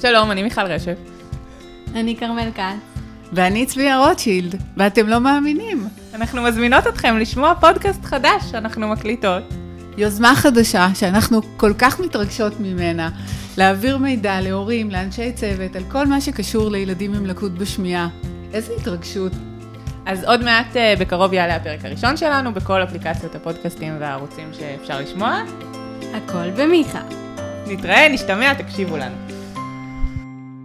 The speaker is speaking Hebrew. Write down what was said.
שלום, אני מיכל רשף. אני כרמל כץ. ואני צביה רוטשילד, ואתם לא מאמינים. אנחנו מזמינות אתכם לשמוע פודקאסט חדש שאנחנו מקליטות. יוזמה חדשה שאנחנו כל כך מתרגשות ממנה, להעביר מידע להורים, לאנשי צוות, על כל מה שקשור לילדים עם לקות בשמיעה. איזה התרגשות. אז עוד מעט אה, בקרוב יעלה הפרק הראשון שלנו בכל אפליקציות הפודקאסטים והערוצים שאפשר לשמוע. הכל במיכה. נתראה, נשתמע, תקשיבו לנו.